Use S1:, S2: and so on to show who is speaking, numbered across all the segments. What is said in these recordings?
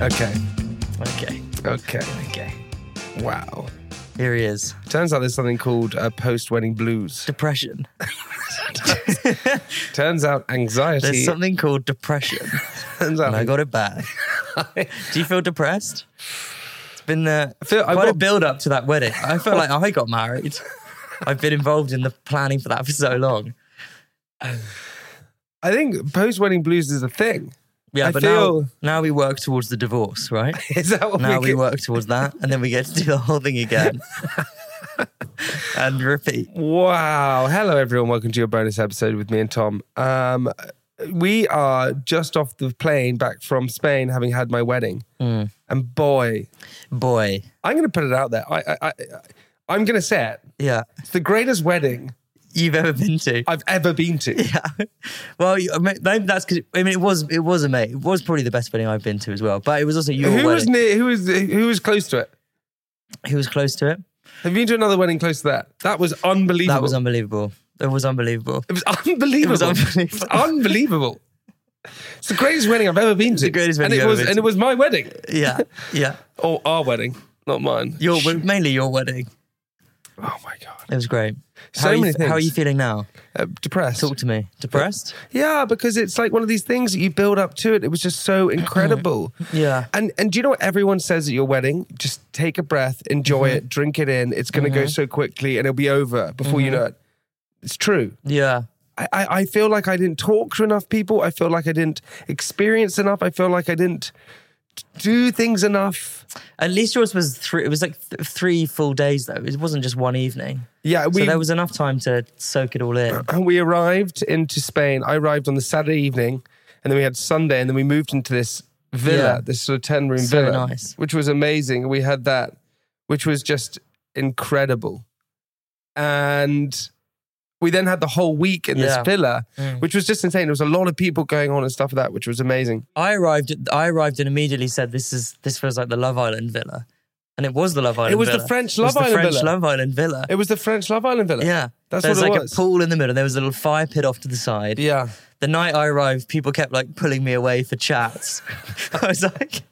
S1: Okay.
S2: Okay.
S1: Okay.
S2: Okay.
S1: Wow.
S2: Here he is.
S1: Turns out there's something called uh, post wedding blues.
S2: Depression.
S1: Turns out anxiety.
S2: There's something called depression.
S1: turns out
S2: and I got it back. Do you feel depressed? It's been uh,
S1: feel- I
S2: quite a
S1: got-
S2: build up to that wedding. I felt like I got married. I've been involved in the planning for that for so long.
S1: I think post wedding blues is a thing.
S2: Yeah,
S1: I
S2: but now
S1: feel-
S2: now we work towards the divorce, right?
S1: Is that what
S2: now we,
S1: we, get-
S2: work towards that, and then we get to do the whole thing again and repeat.
S1: Wow. Hello, everyone. Welcome to your bonus episode with me and Tom. Um, we are just off the plane back from Spain, having had my wedding.
S2: Mm.
S1: And boy,
S2: Boy,
S1: I'm going to put it out there. I, I, I, I'm going to say it.
S2: yeah,
S1: It's the greatest wedding
S2: you've ever been to?
S1: I've ever been to.
S2: Yeah. Well, you- I mean, maybe that's because I mean it was it was a mate. It was probably the best wedding I've been to as well. But it was also your
S1: who
S2: wedding.
S1: was near? Who was who was close to it?
S2: Who was close to it?
S1: Have you been to another wedding close to that? That was unbelievable.
S2: That was unbelievable. It was unbelievable.
S1: It was unbelievable.
S2: It was unbelievable.
S1: It was unbelievable. It's the greatest wedding I've ever been to.
S2: the greatest wedding
S1: and it
S2: I've
S1: was,
S2: ever been
S1: and
S2: to.
S1: it was my wedding
S2: Yeah, yeah.
S1: or our wedding, not mine.
S2: Your mainly your wedding.
S1: oh my god,
S2: It was great.
S1: So
S2: how are
S1: many
S2: you, How are
S1: things.
S2: you feeling now?
S1: uh, depressed.
S2: Talk to me. Depressed?
S1: Yeah, because it's like one of these things that you build up to it. It was just so incredible.
S2: Yeah.
S1: And and do you know what everyone says at your wedding? Just take a breath, enjoy
S2: Mm-hmm.
S1: it, drink it in. It's going to go so quickly, and it'll be over before
S2: Mm-hmm.
S1: you know it. It's true.
S2: Yeah.
S1: I, I I feel like I didn't talk to enough people. I feel like I didn't experience enough. I feel like I didn't do things enough.
S2: At least yours was three. It was like th- three full days though. It wasn't just one evening.
S1: Yeah, we
S2: so there was enough time to soak it all in.
S1: we arrived into Spain. I arrived on the Saturday evening, and then we had Sunday, and then we moved into this villa,
S2: Yeah.
S1: this sort of ten room
S2: So
S1: villa,
S2: nice.
S1: which was amazing. We had that, which was just incredible, and. We then had the whole week in
S2: Yeah. Mm.
S1: this villa, which was just insane. There was a lot of people going on and stuff like that, which was amazing.
S2: I arrived. I arrived and immediately said, "This is this feels like the Love Island villa," and it was the Love Island.
S1: was the
S2: villa.
S1: French
S2: It
S1: Love
S2: was the
S1: Island
S2: French
S1: villa.
S2: Love Island villa.
S1: It was the French Love Island villa.
S2: yeah,
S1: that's
S2: There
S1: what
S2: was
S1: it
S2: like
S1: was.
S2: a pool in the middle. There was a little fire pit off to the side.
S1: Yeah,
S2: the night I arrived, people kept like pulling me away for chats. I was like,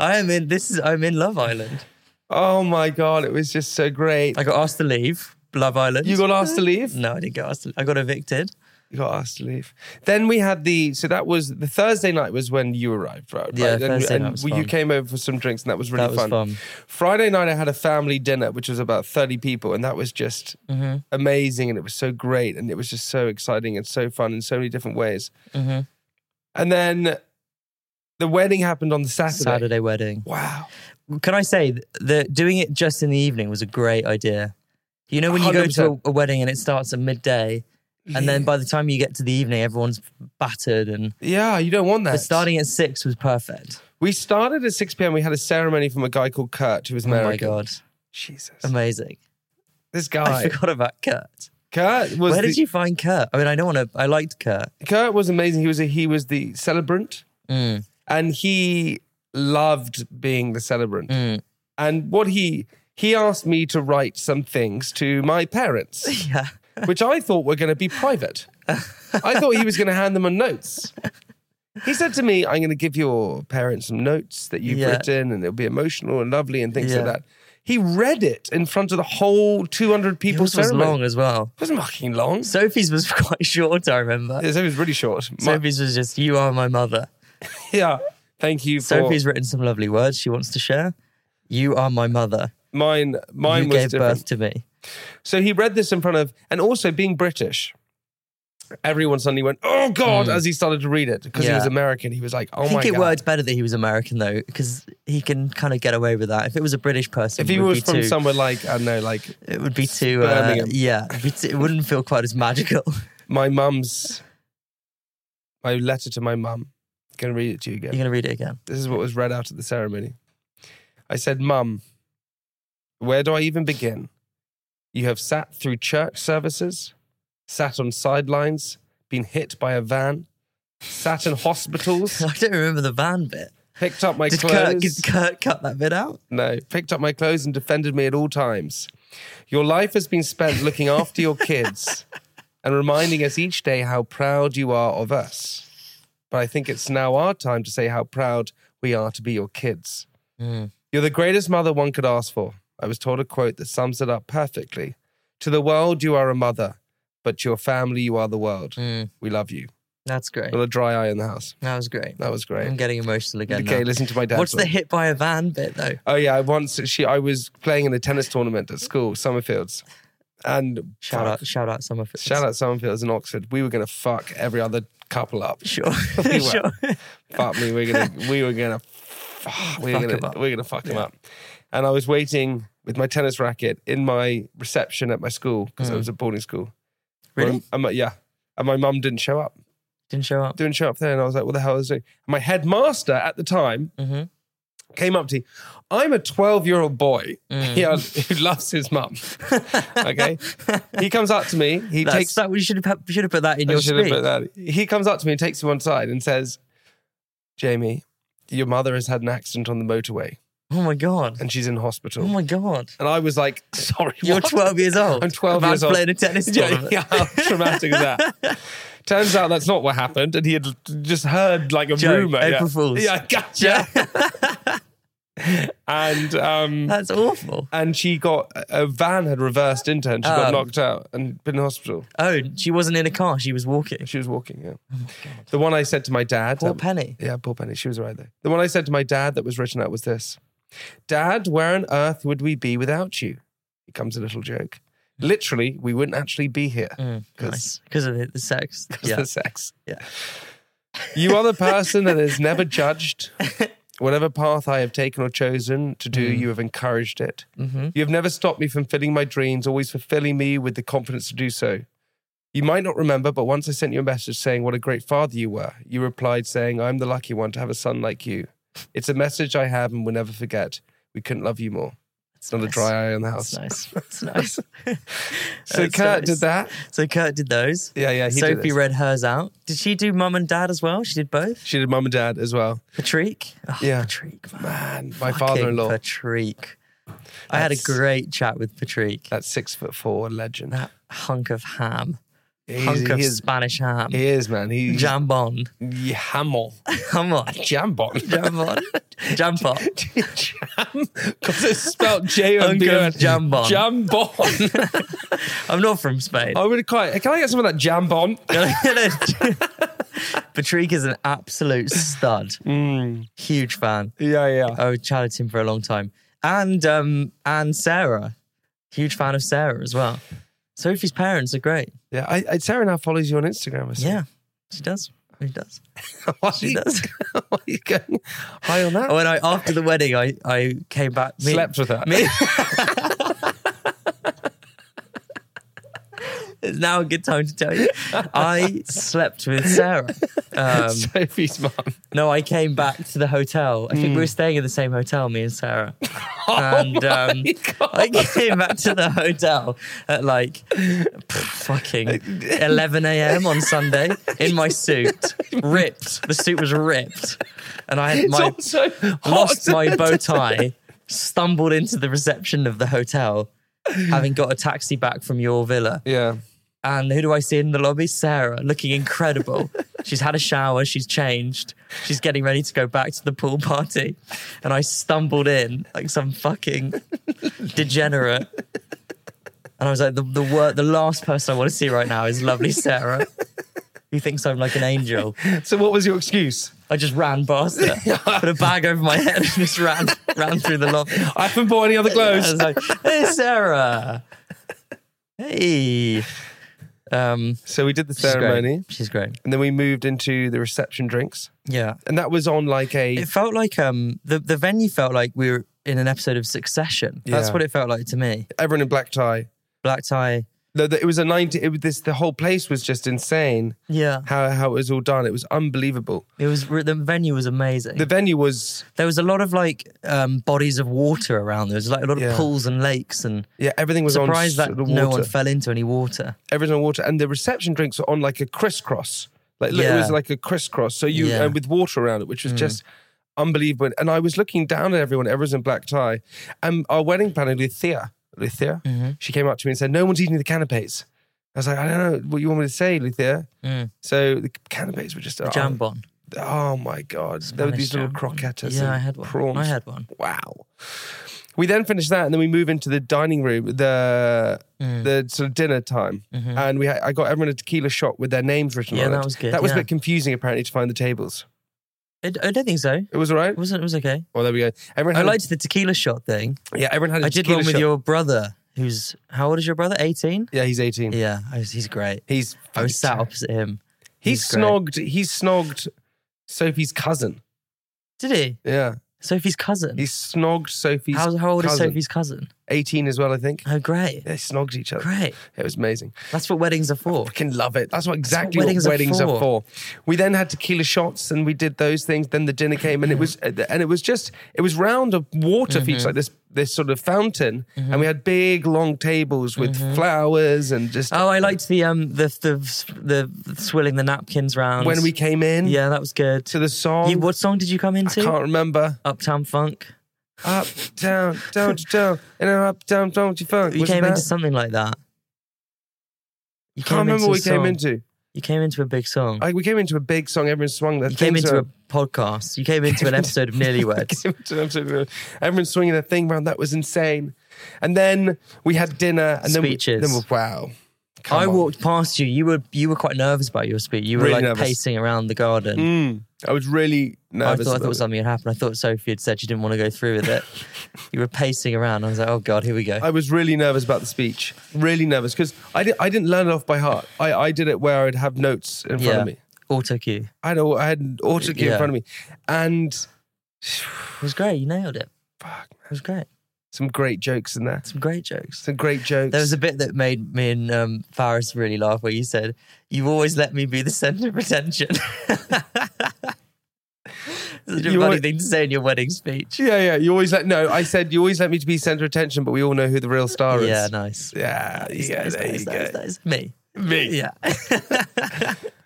S2: I am in this is I'm in Love Island.
S1: Oh my god, it was just so great.
S2: I got asked to leave Love Island.
S1: You got asked to leave.
S2: No, I didn't get asked. To, I got evicted.
S1: You got asked to leave. Then we had the so that was the Thursday night was when you arrived, right?
S2: Yeah,
S1: right?
S2: Thursday
S1: and
S2: night was
S1: we- you
S2: fun.
S1: came over for some drinks, and that was really
S2: That was fun.
S1: Friday night, I had a family dinner, which was about thirty people, and that was just
S2: Mm-hmm.
S1: amazing, and it was so great, and it was just so exciting and so fun in so many different ways.
S2: Mm-hmm.
S1: And then the wedding happened on the Saturday.
S2: Saturday wedding.
S1: Wow.
S2: Can I say that doing it just in the evening was a great idea? You know when you go to
S1: 100%.
S2: a, a wedding and it starts at midday, and then by the time you get to the evening, everyone's battered. And
S1: Yeah, you don't want that.
S2: but starting at six was perfect.
S1: we started at six p.m. We had a ceremony from a guy called Kurt, who was
S2: Oh my
S1: American.
S2: god,
S1: Jesus.
S2: amazing!
S1: This
S2: I
S1: guy,
S2: forgot about Kurt.
S1: Kurt was
S2: Where
S1: the-
S2: did you find Kurt? I mean, I don't want to. I liked Kurt.
S1: Kurt was amazing. He was a, he was the celebrant,
S2: Mm,
S1: and he loved being the celebrant.
S2: mm.
S1: And what he he asked me to write some things to my parents,
S2: Yeah.
S1: which I thought were going to be private. I thought he was going to hand them on notes. He said to me, "I'm going to give your parents some notes that you've
S2: Yeah.
S1: written, and it'll be emotional and lovely and things like
S2: Yeah.
S1: that." He read it in front of the whole 200 people.
S2: Yours was
S1: ceremony.
S2: long as well.
S1: It wasn't fucking long.
S2: Sophie's was quite short, I remember.
S1: Yeah, Sophie's really short. My-
S2: Sophie's was just, you are my mother.
S1: yeah. Thank you for
S2: Sophie's written some lovely words she wants to share. You are my mother.
S1: mine. Mine
S2: you
S1: was
S2: gave
S1: different.
S2: birth to me.
S1: So he read this in front of, and also being British, everyone suddenly went, "Oh God!" as he started to read it because he
S2: Hmm. Yeah.
S1: was American. He was like, "Oh my
S2: I think it
S1: God!"
S2: worked better that he was American, though, because he can kind of get away with that. If it was a British person,
S1: If he
S2: it would
S1: was
S2: be
S1: from
S2: too,
S1: somewhere like I don't know, like
S2: it would be too, uh,
S1: Birmingham.
S2: yeah, it'd be too- it wouldn't feel quite as magical.
S1: my mum's my letter to my mum. Going to read it to you again.
S2: You're going to read it again.
S1: This is what was read out at the ceremony. I said, Mum, where do I even begin? You have sat through church services, sat on sidelines, been hit by a van, sat in hospitals,
S2: I don't remember the van bit.
S1: picked up my
S2: Did Kurt,
S1: clothes.
S2: did Kurt cut that bit out?
S1: No, picked up my clothes and defended me at all times. Your life has been spent looking after your kids and reminding us each day how proud you are of us. But I think it's now our time to say how proud we are to be your kids. You're the greatest mother one could ask for. I was told a quote that sums it up perfectly. To the world, you are a mother, but to your family, you are the world. We love you.
S2: That's great.
S1: Got a dry eye in the house.
S2: That was great.
S1: That was great.
S2: I'm getting emotional again.
S1: Okay,
S2: now.
S1: listen to my dad
S2: What's the
S1: talk.
S2: hit by a van bit though?
S1: Oh yeah, I once she I was playing in a tennis tournament at school, Summerfields, and
S2: Shout
S1: fuck,
S2: out, shout out, Summerfield.
S1: shout out Summerfields in Oxford. We were gonna fuck every other couple up.
S2: Sure,
S1: We were.
S2: sure.
S1: Fuck me, we were gonna we were gonna fuck, we were
S2: Fuck 'em
S1: gonna
S2: up.
S1: we were gonna fuck him up. And I was waiting with my tennis racket in my reception at my school because I was at boarding school.
S2: Mm. Really?
S1: And, and my- yeah, and my mum didn't show up.
S2: Didn't show up.
S1: Didn't show up there, and I was like, "What the hell is doing?" And my headmaster at the time
S2: Mhm.
S1: came up to me. I'm a 12 year old boy
S2: Mm.
S1: yeah, who loves his mum. Okay. he comes up to me. He
S2: That's,
S1: takes.
S2: that we should have we should have put that in
S1: I
S2: your
S1: should have
S2: speech.
S1: put that- He comes up to me and takes me one side and says, Jamie, your mother has had an accident on the motorway
S2: Oh my god.
S1: and she's in hospital.
S2: Oh my god.
S1: and I was like, sorry,
S2: You're
S1: what?
S2: 12 years old.
S1: I'm 12
S2: Man's
S1: years old.
S2: playing a tennis
S1: yeah,
S2: tournament.
S1: yeah, how traumatic is that? Turns out that's not what happened, and he had just heard like a
S2: Joke,
S1: rumor.
S2: April
S1: yeah.
S2: Fools.
S1: Yeah, gotcha. and um,
S2: That's awful.
S1: and she got a van had reversed into her and she got
S2: Oh.
S1: knocked out and been in hospital.
S2: Oh, she wasn't in a car. She was walking.
S1: She was walking. Yeah, the one I said to my dad.
S2: Poor Penny.
S1: Yeah, poor Penny. She was all right there. The one I said to my dad that was written out was this: "Dad, where on earth would we be without you?" Becomes a little joke. Literally, we wouldn't actually be here
S2: Mm.
S1: because
S2: Nice. Because of the, the sex. Yeah.
S1: the sex.
S2: Yeah.
S1: You are the person that is never judged. Whatever path I have taken or chosen to
S2: Mm.
S1: do, you have encouraged it.
S2: Mm-hmm.
S1: You have never stopped me from filling my dreams, always fulfilling me with the confidence to do so. You might not remember, but once I sent you a message saying what a great father you were, you replied saying, I'm the lucky one to have a son like you. It's a message I have and will never forget. We couldn't love you more. It's not a
S2: nice.
S1: dry eye in the house.
S2: That's nice. That's nice.
S1: So
S2: That's
S1: Kurt
S2: nice.
S1: did that.
S2: So Kurt did those.
S1: Yeah, yeah, he did
S2: Sophie
S1: this.
S2: read hers out. Did she do mum and dad as well? She did both.
S1: She did mum and dad as well.
S2: Patrick. Oh,
S1: Yeah.
S2: Patrick. Man.
S1: Man, my
S2: Fucking
S1: father in law,
S2: Patrick. I had a
S1: That's-
S2: great chat with Patrick.
S1: that six foot four legend.
S2: That hunk of ham.
S1: He's-
S2: hunk of
S1: he is-
S2: Spanish ham.
S1: He is, man. He
S2: Jambon.
S1: Yeah, Hamel.
S2: Come on.
S1: Jambon.
S2: Jambon. Jambon.
S1: Jam. Because it's spelled J O B O N.
S2: Uncle Jambon.
S1: Jambon.
S2: I'm not from Spain.
S1: I would quite. Can I get some of that jambon?
S2: Patrick is an absolute stud.
S1: Mm.
S2: Huge fan.
S1: Yeah, yeah.
S2: I chatted to him for a long time. And um and Sarah. Huge fan of Sarah as well. Sophie's parents are great.
S1: Yeah. I, I, Sarah now follows you on Instagram. I see.
S2: Yeah. She does. She does.
S1: Why are you-
S2: does.
S1: why are you going high on that?
S2: When I after the wedding I, I came back me-
S1: Slept with her.
S2: Me. it's now a good time to tell you. I slept with Sarah. Um,
S1: Sophie's mum.
S2: no, I came back to the hotel. I think
S1: Hmm.
S2: we were staying in the same hotel, me and Sarah.
S1: Oh
S2: and um, I came back to the hotel at like pff, fucking 11 a.m. on Sunday in my suit, ripped. The suit was ripped, and I had
S1: It's
S2: my
S1: also hot.
S2: lost my bow tie, stumbled into the reception of the hotel, having got a taxi back from your villa.
S1: Yeah.
S2: And who do I see in the lobby? Sarah, looking incredible. she's had a shower, she's changed, she's getting ready to go back to the pool party. And I stumbled in like some fucking degenerate. And I was like, the, the, wor- the last person I want to see right now is lovely Sarah, who thinks I'm like an angel.
S1: So what was your excuse?
S2: I just ran past her, put a bag over my head, and just ran, ran through the lobby.
S1: I haven't bought any other
S2: I
S1: clothes.
S2: was like, hey, Sarah. Hey. Um,
S1: So we did the
S2: she's great.
S1: ceremony,
S2: She's great.
S1: and then we moved into the reception drinks,
S2: Yeah.
S1: and that was on like a.
S2: It felt like um the, the venue felt like we were in an episode of Succession. That's
S1: Yeah.
S2: what it felt like to me.
S1: everyone in black tie.
S2: Black tie,
S1: the, the- it was a 90 it was this the whole place was just insane
S2: Yeah.
S1: how how it was all done it was unbelievable
S2: It was re- the venue was amazing.
S1: the venue was
S2: there was a lot of like um, bodies of water around. There was like a lot
S1: Yeah.
S2: of pools and lakes, and
S1: yeah everything was
S2: surprised
S1: on
S2: that
S1: s- the water
S2: no one fell into any water.
S1: everything on water and the reception drinks were on like a crisscross like look, it
S2: Yeah.
S1: was like a crisscross so you
S2: Yeah. Mm.
S1: and with water around it which was just unbelievable and i was looking down at everyone everyone's in black tie and our wedding planner lithia lithia
S2: Mm-hmm.
S1: she came up to me and said no one's eating the canapes I was like, I don't know what you want me to say, Lithia.
S2: Mm.
S1: So the canapes were just the
S2: Jambon.
S1: Oh my god, there were
S2: Spanish
S1: these little
S2: jam.
S1: croquettes.
S2: Yeah,
S1: and
S2: I had one.
S1: Prawns.
S2: I had one.
S1: Wow. We then finished that, and then we move into the dining room, the
S2: Mm.
S1: the sort of dinner time, and we had, I got everyone a tequila shot with their names written
S2: Mm-hmm. Yeah,
S1: on it.
S2: that was good,
S1: That was
S2: yeah.
S1: a bit confusing apparently to find the tables.
S2: I, I don't think so.
S1: It was all right.
S2: It wasn't. It was okay.
S1: Well, there we go. Everyone
S2: I
S1: had a-
S2: liked the tequila shot thing.
S1: yeah, everyone had. a
S2: I did
S1: tequila
S2: one with
S1: shot.
S2: your brother, who's how old is your brother? Eighteen.
S1: Yeah, he's eighteen.
S2: Yeah, I was, he's great.
S1: He's
S2: I was sat opposite him.
S1: He
S2: He's great.
S1: snogged. He snogged Sophie's cousin.
S2: Did he?
S1: Yeah,
S2: Sophie's cousin.
S1: he snogged Sophie's.
S2: how, how old
S1: cousin.
S2: is Sophie's cousin?
S1: Eighteen as well, I think.
S2: Oh, great.
S1: They snogged each other.
S2: Great.
S1: It was amazing.
S2: That's what weddings are for.
S1: Fucking love it. That's what exactly
S2: weddings
S1: what
S2: are
S1: weddings, are,
S2: for.
S1: for. We then had tequila shots and we did those things. Then the dinner came and it was and it was just it was round of water
S2: Mm-hmm.
S1: features like this this sort of fountain and we had big long tables with
S2: Mm-hmm.
S1: flowers and just
S2: Oh, I liked the um the the the swilling the napkins round
S1: when we came in
S2: yeah that was good.
S1: to the song.
S2: You, what song did you come
S1: I
S2: into?
S1: can't remember.
S2: Uptown Funk.
S1: Up down down to down and then up down down to funk.
S2: You
S1: Was it
S2: came
S1: that?
S2: into something like that. You
S1: Can't remember
S2: a
S1: what we came
S2: song.
S1: into.
S2: You came into a big song.
S1: Like we came into a big song. Everyone swung their
S2: you came
S1: things
S2: into
S1: around.
S2: a podcast. You came into an episode of Nearly Words.
S1: Came to them, so they were- Everyone swinging their thing around. That was insane. And then we had dinner and
S2: Speeches.
S1: then we, then we, wow. Come
S2: I
S1: on.
S2: walked past you. You were you were quite nervous about your speech. You were
S1: Really
S2: like
S1: nervous.
S2: pacing around the garden.
S1: I was really
S2: I
S1: nervous.
S2: thought I
S1: about
S2: thought something had happened. I thought Sophie had said she didn't want to go through with it. you were pacing around. I was like, oh god, here we go.
S1: it. I was really nervous about the speech. Really nervous because I, di- I didn't learn it off by heart. I, I did it where I'd have notes in front
S2: yeah,
S1: of me.
S2: auto cue.
S1: I had, a- I had an auto cue in
S2: Yeah.
S1: front of me and
S2: It was great. You nailed it.
S1: fuck,
S2: It was great.
S1: some great jokes in there.
S2: Some great jokes.
S1: Some great jokes.
S2: There was a bit that made me and um, Faris really laugh where you said, You've always let me be the centre of attention. Such a
S1: You
S2: funny
S1: always-
S2: thing to say in your wedding speech.
S1: yeah, yeah. You always let no. I said you always let me to be centre of attention, but we all know who the real star is.
S2: Yeah, nice.
S1: yeah, yeah.
S2: Nice,
S1: there
S2: nice,
S1: you
S2: nice,
S1: go.
S2: nice. Me.
S1: Me.
S2: Yeah.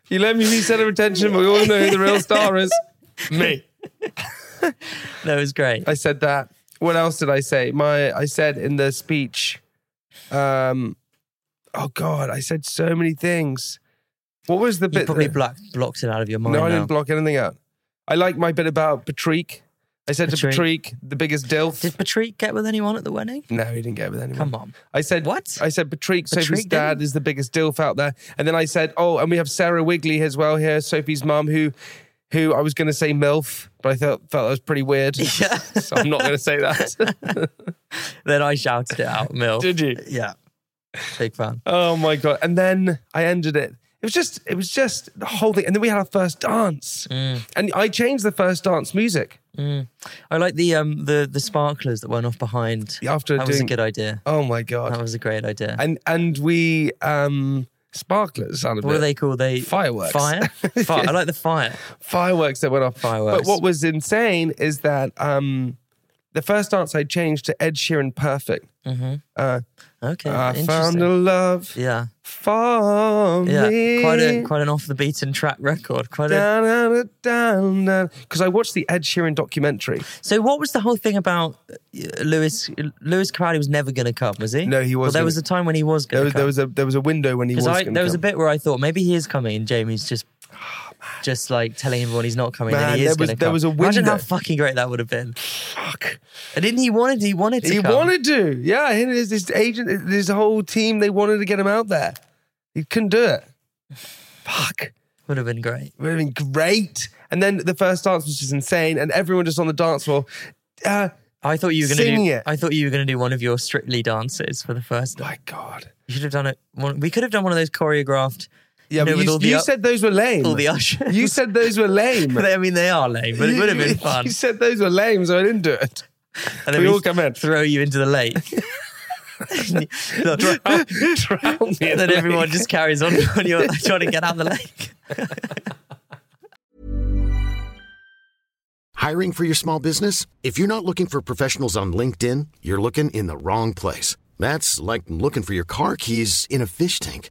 S1: You let me be center of attention, but we all know who the real star is. Me.
S2: that was great.
S1: I said that. What else did I say? My I said in the speech, um, oh God, I said so many things. What was the
S2: You
S1: bit?
S2: probably
S1: that-
S2: block, blocked it out of your mind.
S1: no, I
S2: now.
S1: didn't block anything out. I like my bit about Patrick. I said to
S2: Patrick.
S1: Patrick, the biggest dilf.
S2: Did Patrick get with anyone at the wedding?
S1: no, he didn't get with anyone.
S2: Come on.
S1: I said
S2: What?
S1: I said Patrick, Sophie's
S2: Patrick
S1: dad
S2: didn't?
S1: is the biggest dilf out there. And then I said, oh, and we have Sarah Wigley as well here, Sophie's mum, who, who I was going to say milf, but I felt felt that was pretty weird,
S2: Yeah.
S1: so I'm not going to say that.
S2: then I shouted it out, Mill.
S1: Did you?
S2: Yeah. Big fan.
S1: Oh my god! And then I ended it. It was just, it was just the whole thing. And then we had our first dance,
S2: Mm.
S1: and I changed the first dance music
S2: I like the um the the sparklers that went off behind.
S1: after
S2: that
S1: doing.
S2: was a good idea.
S1: oh my god!
S2: That was a great idea.
S1: and and we um sparklers out of
S2: what
S1: it.
S2: are they called? They
S1: Fireworks.
S2: Fire. Fire. I like the fire.
S1: fireworks that went off.
S2: Fireworks.
S1: But what was insane is that um, the first dance I changed to Ed Sheeran "Perfect." Uh,
S2: Okay.
S1: I found
S2: Oh, interesting.
S1: a love
S2: yeah.
S1: for
S2: Yeah.
S1: me.
S2: Quite a quite an off the beaten track record. Quite a.
S1: because I watched the Ed Sheeran documentary.
S2: So what was the whole thing about uh, Lewis? Lewis Capaldi was never going to come, was he?
S1: No, he
S2: Well,
S1: was
S2: there
S1: gonna-
S2: was a time when he was
S1: There
S2: going
S1: was,
S2: to come.
S1: there was a there was a window when he was.
S2: Because I,
S1: gonna
S2: there was a
S1: come.
S2: bit where I thought maybe he is coming, and Jamie's just, just like telling everyone he's not coming,
S1: Man,
S2: and he
S1: there
S2: is
S1: was-
S2: going to come.
S1: there was a
S2: Imagine how
S1: window.
S2: fucking great that would have been.
S1: Fuck.
S2: And didn't he wanted? He wanted to.
S1: He
S2: come.
S1: wanted to. Yeah, him and his, his agent, his whole team, they wanted to get him out there. He couldn't do it. Fuck.
S2: Would have been great.
S1: would have been great. And then the first dance was just insane, and everyone just on the dance floor. Uh,
S2: I thought you were going to
S1: Singing
S2: do.
S1: it.
S2: I thought you were going to do one of your strictly dances for the first.
S1: my God.
S2: You should have done it. One, we could have done one of those choreographed.
S1: Yeah,
S2: know,
S1: but
S2: with
S1: you,
S2: all the
S1: you
S2: up-
S1: said those were lame.
S2: all the ushers.
S1: You said those were lame.
S2: I mean, they are lame, but it would have
S1: You-
S2: been fun.
S1: You said those were lame, so I didn't do it.
S2: And then
S1: we all come in.
S2: Throw you into the lake. Look,
S1: Oh, drown, drown me. in
S2: and then
S1: the
S2: everyone
S1: lake.
S2: just carries on when you're trying to get out the lake.
S3: Hiring for your small business? If you're not looking for professionals on LinkedIn, you're looking in the wrong place. That's like looking for your car keys in a fish tank.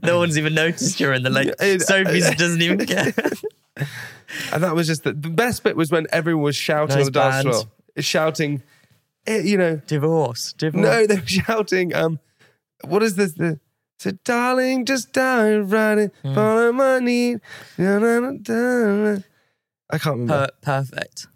S2: No one's even noticed you're in the lake.
S1: Yeah, it-
S2: Sophie's doesn't even care.
S1: And that was just the, the best bit was when everyone was shouting
S2: Nice
S1: on the dance
S2: band.
S1: floor, shouting, eh, you know,
S2: Divorce. Divorce.
S1: no, they were shouting, um, what is this? The, so, darling, just down, running,
S2: Hmm.
S1: follow my need. Na, na, na, na, na. I can't remember.
S2: Per- perfect.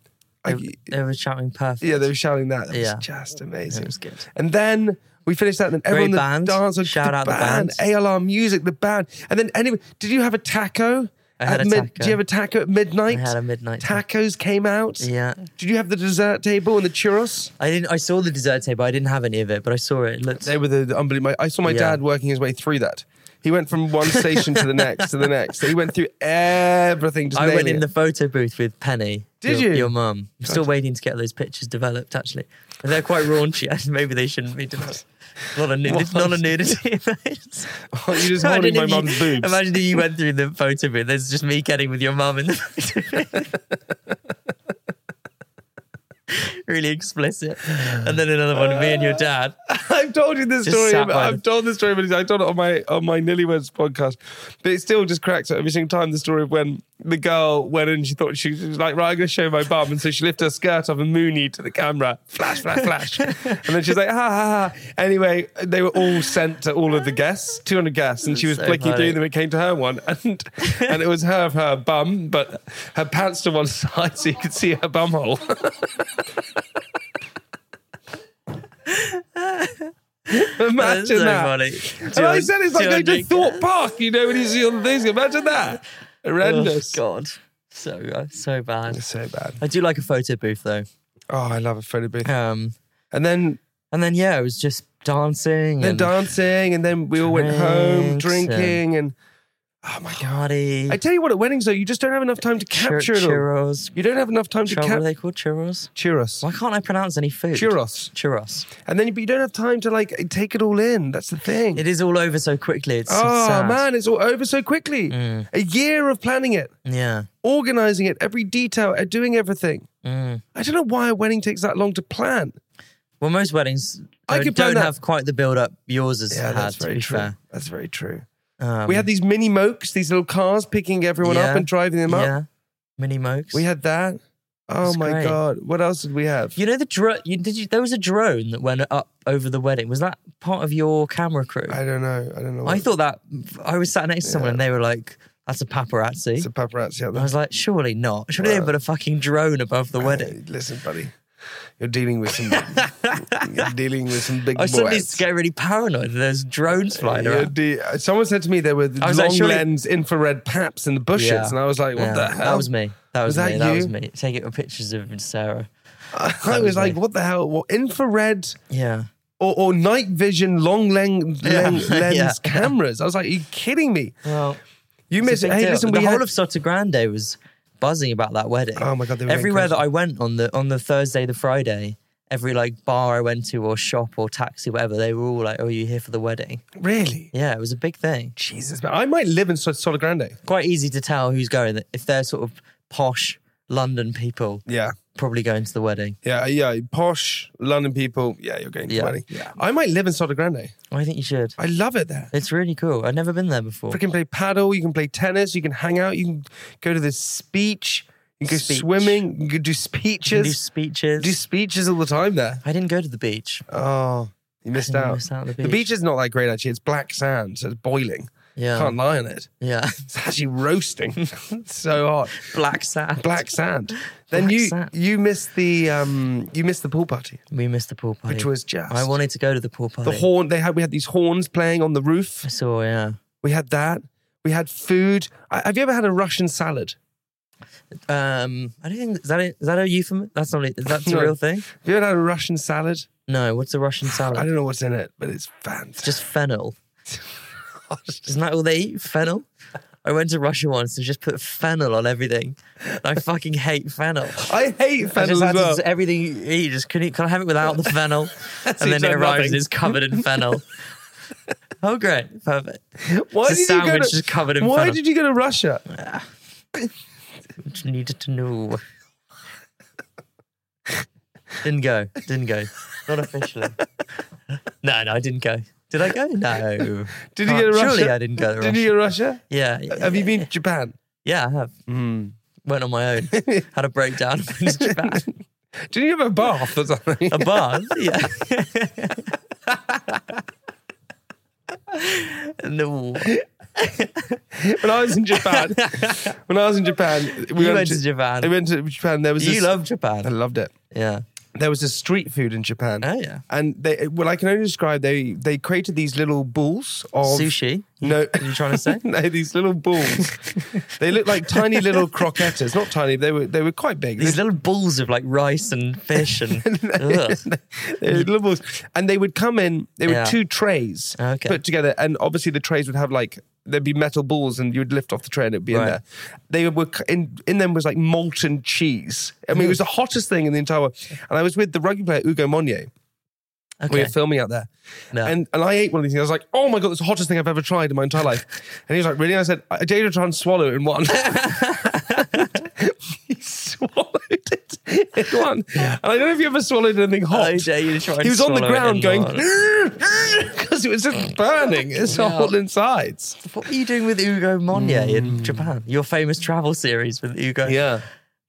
S1: I-
S2: They were shouting perfect.
S1: yeah, they were shouting that. That
S2: Yeah.
S1: was just amazing.
S2: It was good.
S1: And then we finished that, and then everyone in the
S2: band.
S1: dance on
S2: Shout
S1: the
S2: out the
S1: band, ALR music, the band, and then anyway, did you have a taco?
S2: I had
S1: at
S2: a
S1: mid-
S2: taco.
S1: Did you have a taco at midnight?
S2: I had a midnight taco.
S1: Tacos came out.
S2: Yeah.
S1: Did you have the dessert table and the churros?
S2: I didn't. I saw the dessert table. I didn't have any of it, but I saw it. It looked.
S1: They were the, the unbelievable. I saw my
S2: Yeah.
S1: dad working his way through that. He went from one station to the next to the next. He went through everything. Just
S2: I went
S1: nailing
S2: in the
S1: it.
S2: photo booth with Penny.
S1: Did
S2: your,
S1: you?
S2: Your mum. I'm still waiting to get those pictures developed, actually. And they're quite raunchy, and maybe they shouldn't be developed. A lot of, nu-
S1: What?
S2: lot of nudity. in those.
S1: You're just holding
S2: Imagine
S1: my
S2: if you-
S1: mum's boobs.
S2: Imagine if you went through the photo booth. There's just me getting with your mum in the photo booth. really explicit. And then another one of me and your dad.
S1: I've told you this
S2: Just
S1: story.
S2: sat
S1: but
S2: by
S1: I've
S2: the-
S1: told this story, but I've told it on my on my Nillywords podcast. But it still just cracks up every single time. The story of when the girl went and she thought she was like, right, I'm going to show my bum, and so she lifted her skirt off and moonied to the camera, flash, flash, flash, and then she's like, ha ha ha. Anyway, they were all sent to all of the guests, 200 guests, and she was
S2: So
S1: flicking
S2: funny.
S1: through them. It came to her one, and and it was her of her bum, but her pants to one side, so you could see her bum hole. Imagine
S2: That's so
S1: that.
S2: funny.
S1: And I said it's like going to
S2: 200
S1: Thought Park, you know, when you see all the things. Imagine that.
S2: Oh,
S1: Horrendous.
S2: God. So, uh, so bad.
S1: It's so bad.
S2: I do like a photo booth, though.
S1: Oh, I love a photo booth.
S2: Um,
S1: And then
S2: and then, yeah, it was just dancing
S1: then
S2: and
S1: dancing, and then we all went home
S2: Drinks and-
S1: drinking, and oh my god!
S2: party.
S1: I tell you what, at weddings though, you just don't have enough time to
S2: Chur-
S1: capture it all.
S2: churros.
S1: You don't have enough time to
S2: Chur- what are
S1: capture
S2: they called? Churros?
S1: churros,
S2: Why can't I pronounce any food?
S1: churros,
S2: Churros.
S1: and then you, but you don't have time to like take it all in. That's the thing.
S2: It is all over so quickly. It's so
S1: oh
S2: sad. Mm.
S1: man, it's all over so quickly. A year of planning it.
S2: Yeah.
S1: organizing it, every detail, uh, doing everything.
S2: Mm.
S1: I don't know why a wedding takes that long to plan.
S2: Well, most weddings
S1: I
S2: don't,
S1: could plan
S2: don't
S1: that-
S2: have quite the build up yours has had, to be
S1: true.
S2: fair.
S1: That's very true.
S2: Um,
S1: we had these mini mokes, these little cars picking everyone
S2: yeah,
S1: up and driving them up.
S2: Yeah. Mini mokes.
S1: We had that. Oh
S2: That's
S1: my
S2: great.
S1: god! What else did we have?
S2: You know the drone? You, did you? There was a drone that went up over the wedding. Was that part of your camera crew?
S1: I don't know. I don't know.
S2: I
S1: what-
S2: thought that I was sat next to someone
S1: Yeah.
S2: and they were like, "That's a paparazzi."
S1: it's a paparazzi out
S2: I
S1: there.
S2: was like, "Surely not. Surely they put a fucking drone above the wedding."
S1: Hey, listen, buddy, you're dealing with some. you're dealing with some big
S2: I suddenly
S1: boys.
S2: get really paranoid. that There's drones flying
S1: You're
S2: around.
S1: de- Someone said to me there were the
S2: I
S1: long
S2: was like, surely-
S1: lens infrared paps in the bushes,
S2: Yeah.
S1: and I was like, "What
S2: Yeah.
S1: the hell?"
S2: That was me. That was,
S1: Was
S2: me.
S1: that
S2: That
S1: you?
S2: was me. Taking pictures of Sarah.
S1: I was
S2: was
S1: like,
S2: me.
S1: "What the hell? What infrared?"
S2: Yeah.
S1: or, or night vision long len- len-
S2: Yeah.
S1: lens
S2: Yeah.
S1: cameras. I was like, are you kidding me?
S2: Well,
S1: You
S2: it's
S1: missed
S2: a
S1: it.
S2: big
S1: Hey,
S2: deal.
S1: listen,
S2: the
S1: we
S2: whole
S1: had-
S2: of Sotogrande was buzzing about that wedding.
S1: Oh my God, they were
S2: Everywhere that I went on the on the Thursday, the Friday, every like bar I went to or shop or taxi, whatever, they were all like, "Oh, you here for the wedding?"
S1: really?
S2: Yeah, it was a big thing.
S1: Jesus, man. I might live in Sol- Sol Grande.
S2: Quite easy to tell who's going. If they're sort of posh London people,
S1: Yeah.
S2: probably going to the wedding.
S1: Yeah, yeah, posh London people. Yeah, you're getting
S2: Yeah.
S1: to wedding. I might live in Sol Grande.
S2: Oh, I think you should.
S1: I love it there.
S2: It's really cool. I've never been there before.
S1: Freaking play paddle. You can play tennis. You can hang out. You can go to the speech. You can go
S2: Speech.
S1: swimming. You can do
S2: You can do
S1: speeches.
S2: speeches.
S1: do speeches all the time there.
S2: I didn't go to the beach.
S1: Oh, you missed
S2: didn't
S1: out.
S2: miss out on the
S1: the
S2: beach.
S1: beach is not that great actually. It's black sand, so it's boiling.
S2: Yeah.
S1: Can't lie on it.
S2: Yeah.
S1: It's actually roasting. it's so hot.
S2: Black sand.
S1: Black sand. Then
S2: Black
S1: you
S2: sand.
S1: you missed the um you missed the pool party,
S2: We missed the pool party.
S1: which was just
S2: I wanted to go to the pool party.
S1: the horn. They had we had these horns playing on the roof.
S2: I saw, yeah.
S1: We had that. We had food. I, have you ever had a Russian salad?
S2: Um, I don't think is that a, is that a euphemism? That's not. a- Is that
S1: No.
S2: a real thing?
S1: Have you ever had a Russian salad?
S2: No. What's a Russian
S1: I
S2: salad?
S1: don't know what's in it, but it's fantastic.
S2: Just fennel. Isn't that all they eat? Fennel. I went to Russia once and just put fennel on everything. And I fucking hate fennel.
S1: I hate
S2: I
S1: fennel
S2: just
S1: as
S2: had
S1: well.
S2: to, everything you eat, you just couldn't eat- can I have it without the fennel? and
S1: seems
S2: then it
S1: like
S2: arrives
S1: nothing.
S2: and it's covered in fennel. oh great, perfect.
S1: Why
S2: It's a
S1: did you go
S2: sandwich
S1: to-
S2: just covered in
S1: Why
S2: fennel.
S1: did you go to Russia?
S2: Just needed to know. didn't go. Didn't go. Not officially. no, no, I didn't go. Did I go? No.
S1: Did you go to
S2: Surely
S1: Russia?
S2: I didn't go to
S1: Did you go to Russia?
S2: Yeah. yeah
S1: Have you been Hmm. to Japan?
S2: Yeah, I have. Went on my own. Had a breakdown. Went to Japan.
S1: Did you have a bath or something?
S2: A bath, yeah. no,
S1: when I was in Japan, when I was in Japan, we
S2: You went to Japan.
S1: I went to Japan. There was
S2: you
S1: this,
S2: love
S1: I
S2: Japan.
S1: loved it.
S2: Yeah,
S1: There was this street food in Japan.
S2: Oh, yeah.
S1: and they well, I can only describe they they created these little balls of
S2: sushi.
S1: No,
S2: What are you trying to say?
S1: no, these little balls. they looked like tiny little croquettes. Not tiny. They were they were quite big.
S2: These
S1: They-
S2: little balls of like rice and fish and ugh.
S1: they were little balls, and they would come in. They were
S2: Yeah.
S1: two trays
S2: Okay.
S1: put together, and obviously the trays would have like there'd be metal balls, and you would lift off the tray, and it'd be in
S2: Right.
S1: there. They were c- in in them was like molten cheese. I mean, it was the hottest thing in the entire world. And I was with the rugby player Ugo Monye. We
S2: Okay.
S1: were filming out there.
S2: Yeah.
S1: And, and I ate one of these things. I was like, oh my God, that's the hottest thing I've ever tried in my entire life. And he was like, really? I said, I dare you to try and swallow it in one. he swallowed it in one. And I don't know if you ever swallowed anything hot.
S2: I dare you to try and
S1: He was on the
S2: swallow it
S1: ground
S2: in
S1: going,
S2: one.
S1: because it was
S2: Mm.
S1: just burning his whole insides.
S2: What were you doing with Ugo Monye in Japan? Your famous travel series with Ugo.
S1: Yeah.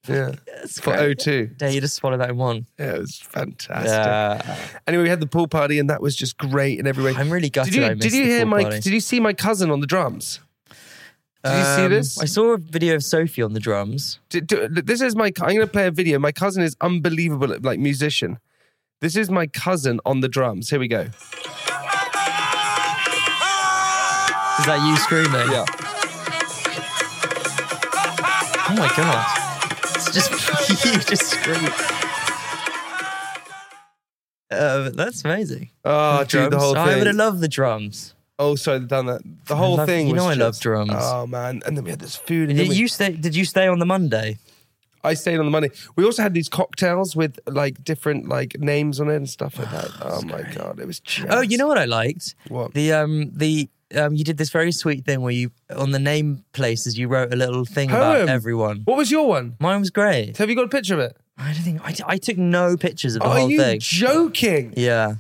S1: Yeah.
S2: That's
S1: For
S2: great.
S1: O2.
S2: Dare you to swallow that in one? Uh,
S1: Yeah, it was fantastic.
S2: Yeah.
S1: Anyway, we had the pool party and that was just great in every way.
S2: I'm really gutted
S1: Did you,
S2: I
S1: did
S2: missed
S1: you
S2: the
S1: hear
S2: pool
S1: my
S2: party.
S1: did you see my cousin on the drums? Did you see
S2: Um,
S1: this?
S2: I saw a video of Sophie on the drums.
S1: D- d- this is my. I'm going to play a video. My cousin is unbelievable, at, like musician. This is my cousin on the drums. Here we go.
S2: Is that you screaming?
S1: Yeah.
S2: Oh my god. It's just you just scream. Uh, that's amazing.
S1: Oh, dude, the
S2: Drums.
S1: whole
S2: I would have
S1: thing.
S2: loved the drums.
S1: oh, sorry, they've done that. The whole
S2: love-
S1: thing.
S2: you know
S1: was
S2: I love
S1: just-
S2: drums.
S1: Oh man, and then we had this food. And
S2: Did
S1: then we-
S2: you stay? Did you stay on the Monday?
S1: I stayed on the money. We also had these cocktails with like different like names on it and stuff like that. oh my god, it was. Just,
S2: Oh, you know what I liked?
S1: What?
S2: the um the um you did this very sweet thing where you on the name places you wrote a little thing
S1: Poem.
S2: about everyone.
S1: What was your one?
S2: Mine was great.
S1: Have you got a picture of it?
S2: I don't think I, I took no pictures of the
S1: Are
S2: whole
S1: you
S2: thing.
S1: joking?
S2: yeah.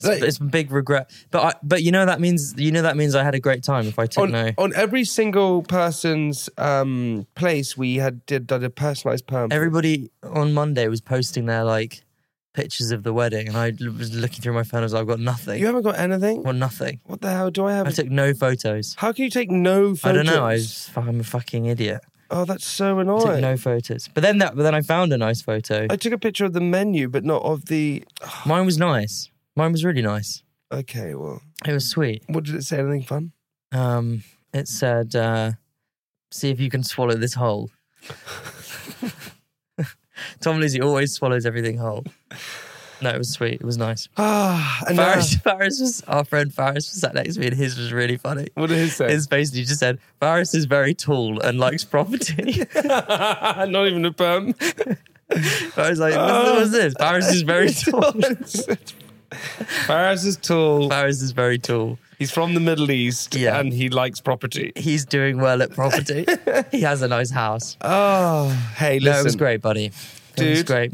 S1: Like-
S2: it's a big regret. But I, but you know that means you know that means I had a great time if I took
S1: on,
S2: no.
S1: on every single person's um, place, we had did, did a personalized poem.
S2: Everybody on Monday was posting their like pictures of the wedding, and I l- was looking through my phone. I was like, I've got nothing.
S1: you haven't got anything.
S2: well, nothing.
S1: What the hell do I have?
S2: I took no photos.
S1: How can you take no photos?
S2: I don't know. I was, I'm a fucking idiot.
S1: Oh, that's so
S2: I
S1: annoying.
S2: took no photos. But then that. But then I found a nice photo.
S1: I took a picture of the menu, but not of the.
S2: Mine was nice. Mine was really nice.
S1: Okay, well,
S2: It was sweet.
S1: what did it say? Anything fun?
S2: Um, it said, uh, "See if you can swallow this whole." Tom Lizzie always swallows everything whole. No, it was sweet. It was nice.
S1: Ah, and now-
S2: Faris, Faris was our friend. Faris was sat next to me, and his was really funny.
S1: what did it say?
S2: His basically just said, "Faris is very tall and likes property."
S1: not even a perm.
S2: I was like, "What
S1: Oh.
S2: was this? Faris is very tall.
S1: Faraz is tall.
S2: Faris is very tall.
S1: He's from the Middle East,
S2: Yeah.
S1: and he likes property.
S2: He's doing well at property. he has a nice house.
S1: Oh, hey, listen.
S2: No, it was great, buddy. It was
S1: Dude,
S2: great.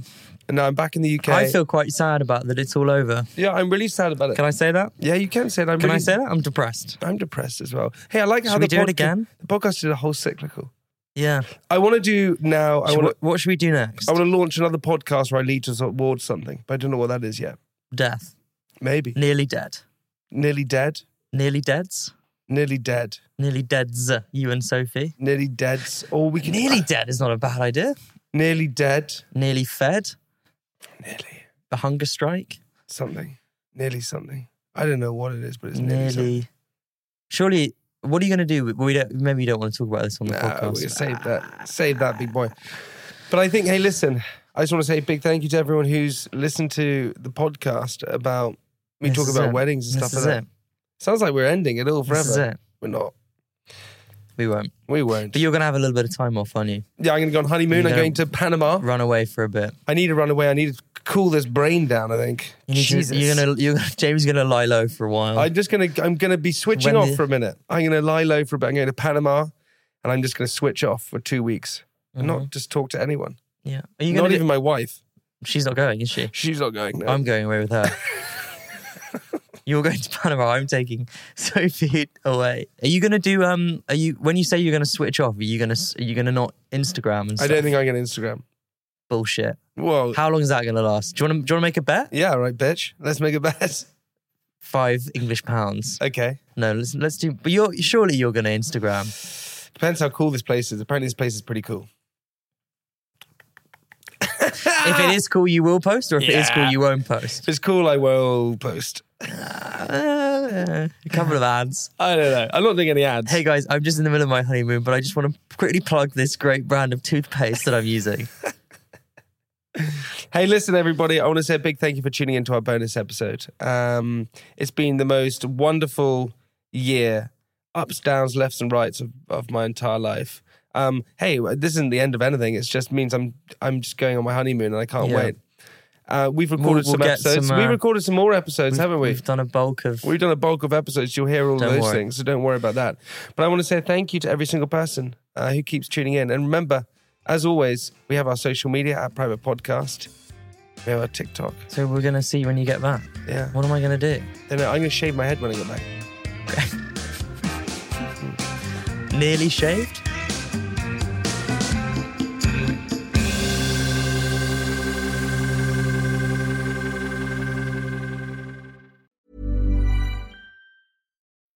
S1: And now I'm back in the UK.
S2: I feel quite sad about that. It's all over.
S1: Yeah, I'm really sad about it.
S2: Can I say that?
S1: yeah, you can say it. I'm
S2: Can I
S1: really-
S2: say that? I'm depressed.
S1: I'm depressed as well. Hey, I like how
S2: Should
S1: the
S2: we do it
S1: podca-
S2: again?
S1: The podcast did a whole cyclical.
S2: Yeah.
S1: I want to do now. I
S2: Should-
S1: want to.
S2: what should we do next?
S1: I want to launch another podcast where I lead towards something, but I don't know what that is yet.
S2: Death.
S1: Maybe
S2: Nearly dead.
S1: nearly dead,
S2: Nearly deads.
S1: nearly dead,
S2: Nearly deads. You and Sophie.
S1: nearly dead. Or we can
S2: Nearly dead is not a bad idea.
S1: nearly dead,
S2: Nearly fed.
S1: nearly
S2: A hunger strike.
S1: something, nearly something. I don't know what it is, but it's nearly.
S2: Nearly. Surely What are you going to do? We don't, maybe you don't want to talk about this on the
S1: No,
S2: podcast.
S1: we Ah, save that. Save that, big boy. But I think, hey, listen, I just want to say a big thank you to everyone who's listened to the podcast about me
S2: This
S1: talking
S2: is
S1: about
S2: it.
S1: weddings and
S2: This
S1: stuff
S2: is
S1: like that.
S2: it.
S1: Sounds like we're ending it all forever.
S2: This is it.
S1: We're not.
S2: We won't.
S1: We won't.
S2: But you're going to have a little bit of time off, aren't you?
S1: yeah, I'm going to go on honeymoon.
S2: You
S1: I'm
S2: know-
S1: going to Panama.
S2: Run away for a bit.
S1: I need to run away. I need to cool this brain down, I think.
S2: You need to-
S1: Jesus.
S2: you're gonna. You're, Jamie's gonna lie low for a while.
S1: I'm just gonna I'm gonna be switching
S2: Oh.
S1: off
S2: When the-
S1: for a minute. I'm gonna lie low for a bit. I'm going to Panama, and I'm just gonna switch off for two weeks, and not just talk to anyone.
S2: yeah. Are you
S1: Not
S2: Mm-hmm. gonna? do-
S1: even my wife.
S2: she's not going, is she?
S1: She's not going. No.
S2: I'm going away with her. You're going to Panama. I'm taking Sophie away. Are you gonna do? Um, are you when you say you're gonna switch off? Are you gonna? s- Are you gonna not Instagram and
S1: I
S2: stuff?
S1: don't think I'm gonna Instagram.
S2: bullshit.
S1: Whoa.
S2: How long is that gonna last? Do you want to? Do you want to make a bet?
S1: yeah, right, bitch. Let's make a bet.
S2: Five English pounds.
S1: Okay.
S2: No, let's let's do. But you're surely you're gonna Instagram.
S1: Depends how cool this place is. Apparently, this place is pretty cool.
S2: If it is cool, you will post, or if it is cool, you won't
S1: If
S2: post.
S1: it's cool, I will post.
S2: Uh, a couple of ads.
S1: I don't know. I'm not doing any ads.
S2: Hey guys, I'm just in the middle of my honeymoon, but I just want to quickly plug this great brand of toothpaste that I'm using.
S1: Hey, listen, everybody. I want to say a big thank you for tuning into our bonus episode. Um, it's been the most wonderful year, ups, downs, lefts, and rights of, of my entire life. Um, hey, this isn't the end of anything. It just means I'm I'm just going on my honeymoon and I can't
S2: Yeah.
S1: wait. Uh, we've recorded
S2: we'll
S1: some
S2: get
S1: episodes.
S2: some, uh,
S1: we recorded some more episodes, haven't we?
S2: We've done a bulk of
S1: We've done a bulk of episodes. You'll hear all
S2: Don't
S1: those
S2: worry.
S1: things, so don't worry about that. But I want to say thank you to every single person uh, who keeps tuning in. And remember, as always, we have our social media at Private Podcast. We have our TikTok.
S2: So we're gonna see when you get back.
S1: Yeah.
S2: What am I gonna do?
S1: Then I'm going to shave my head when I get back.
S2: Nearly shaved?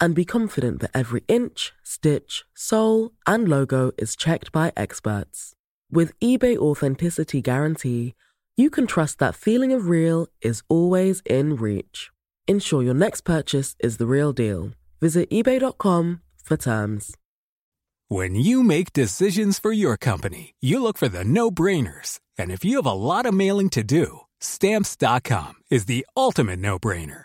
S4: and be confident that every inch, stitch, sole, and logo is checked by experts. With eBay Authenticity Guarantee, you can trust that feeling of real is always in reach. Ensure your next purchase is the real deal. Visit eBay.com for terms.
S5: When you make decisions for your company, you look for the no brainers. And if you have a lot of mailing to do, stamps.com is the ultimate no brainer.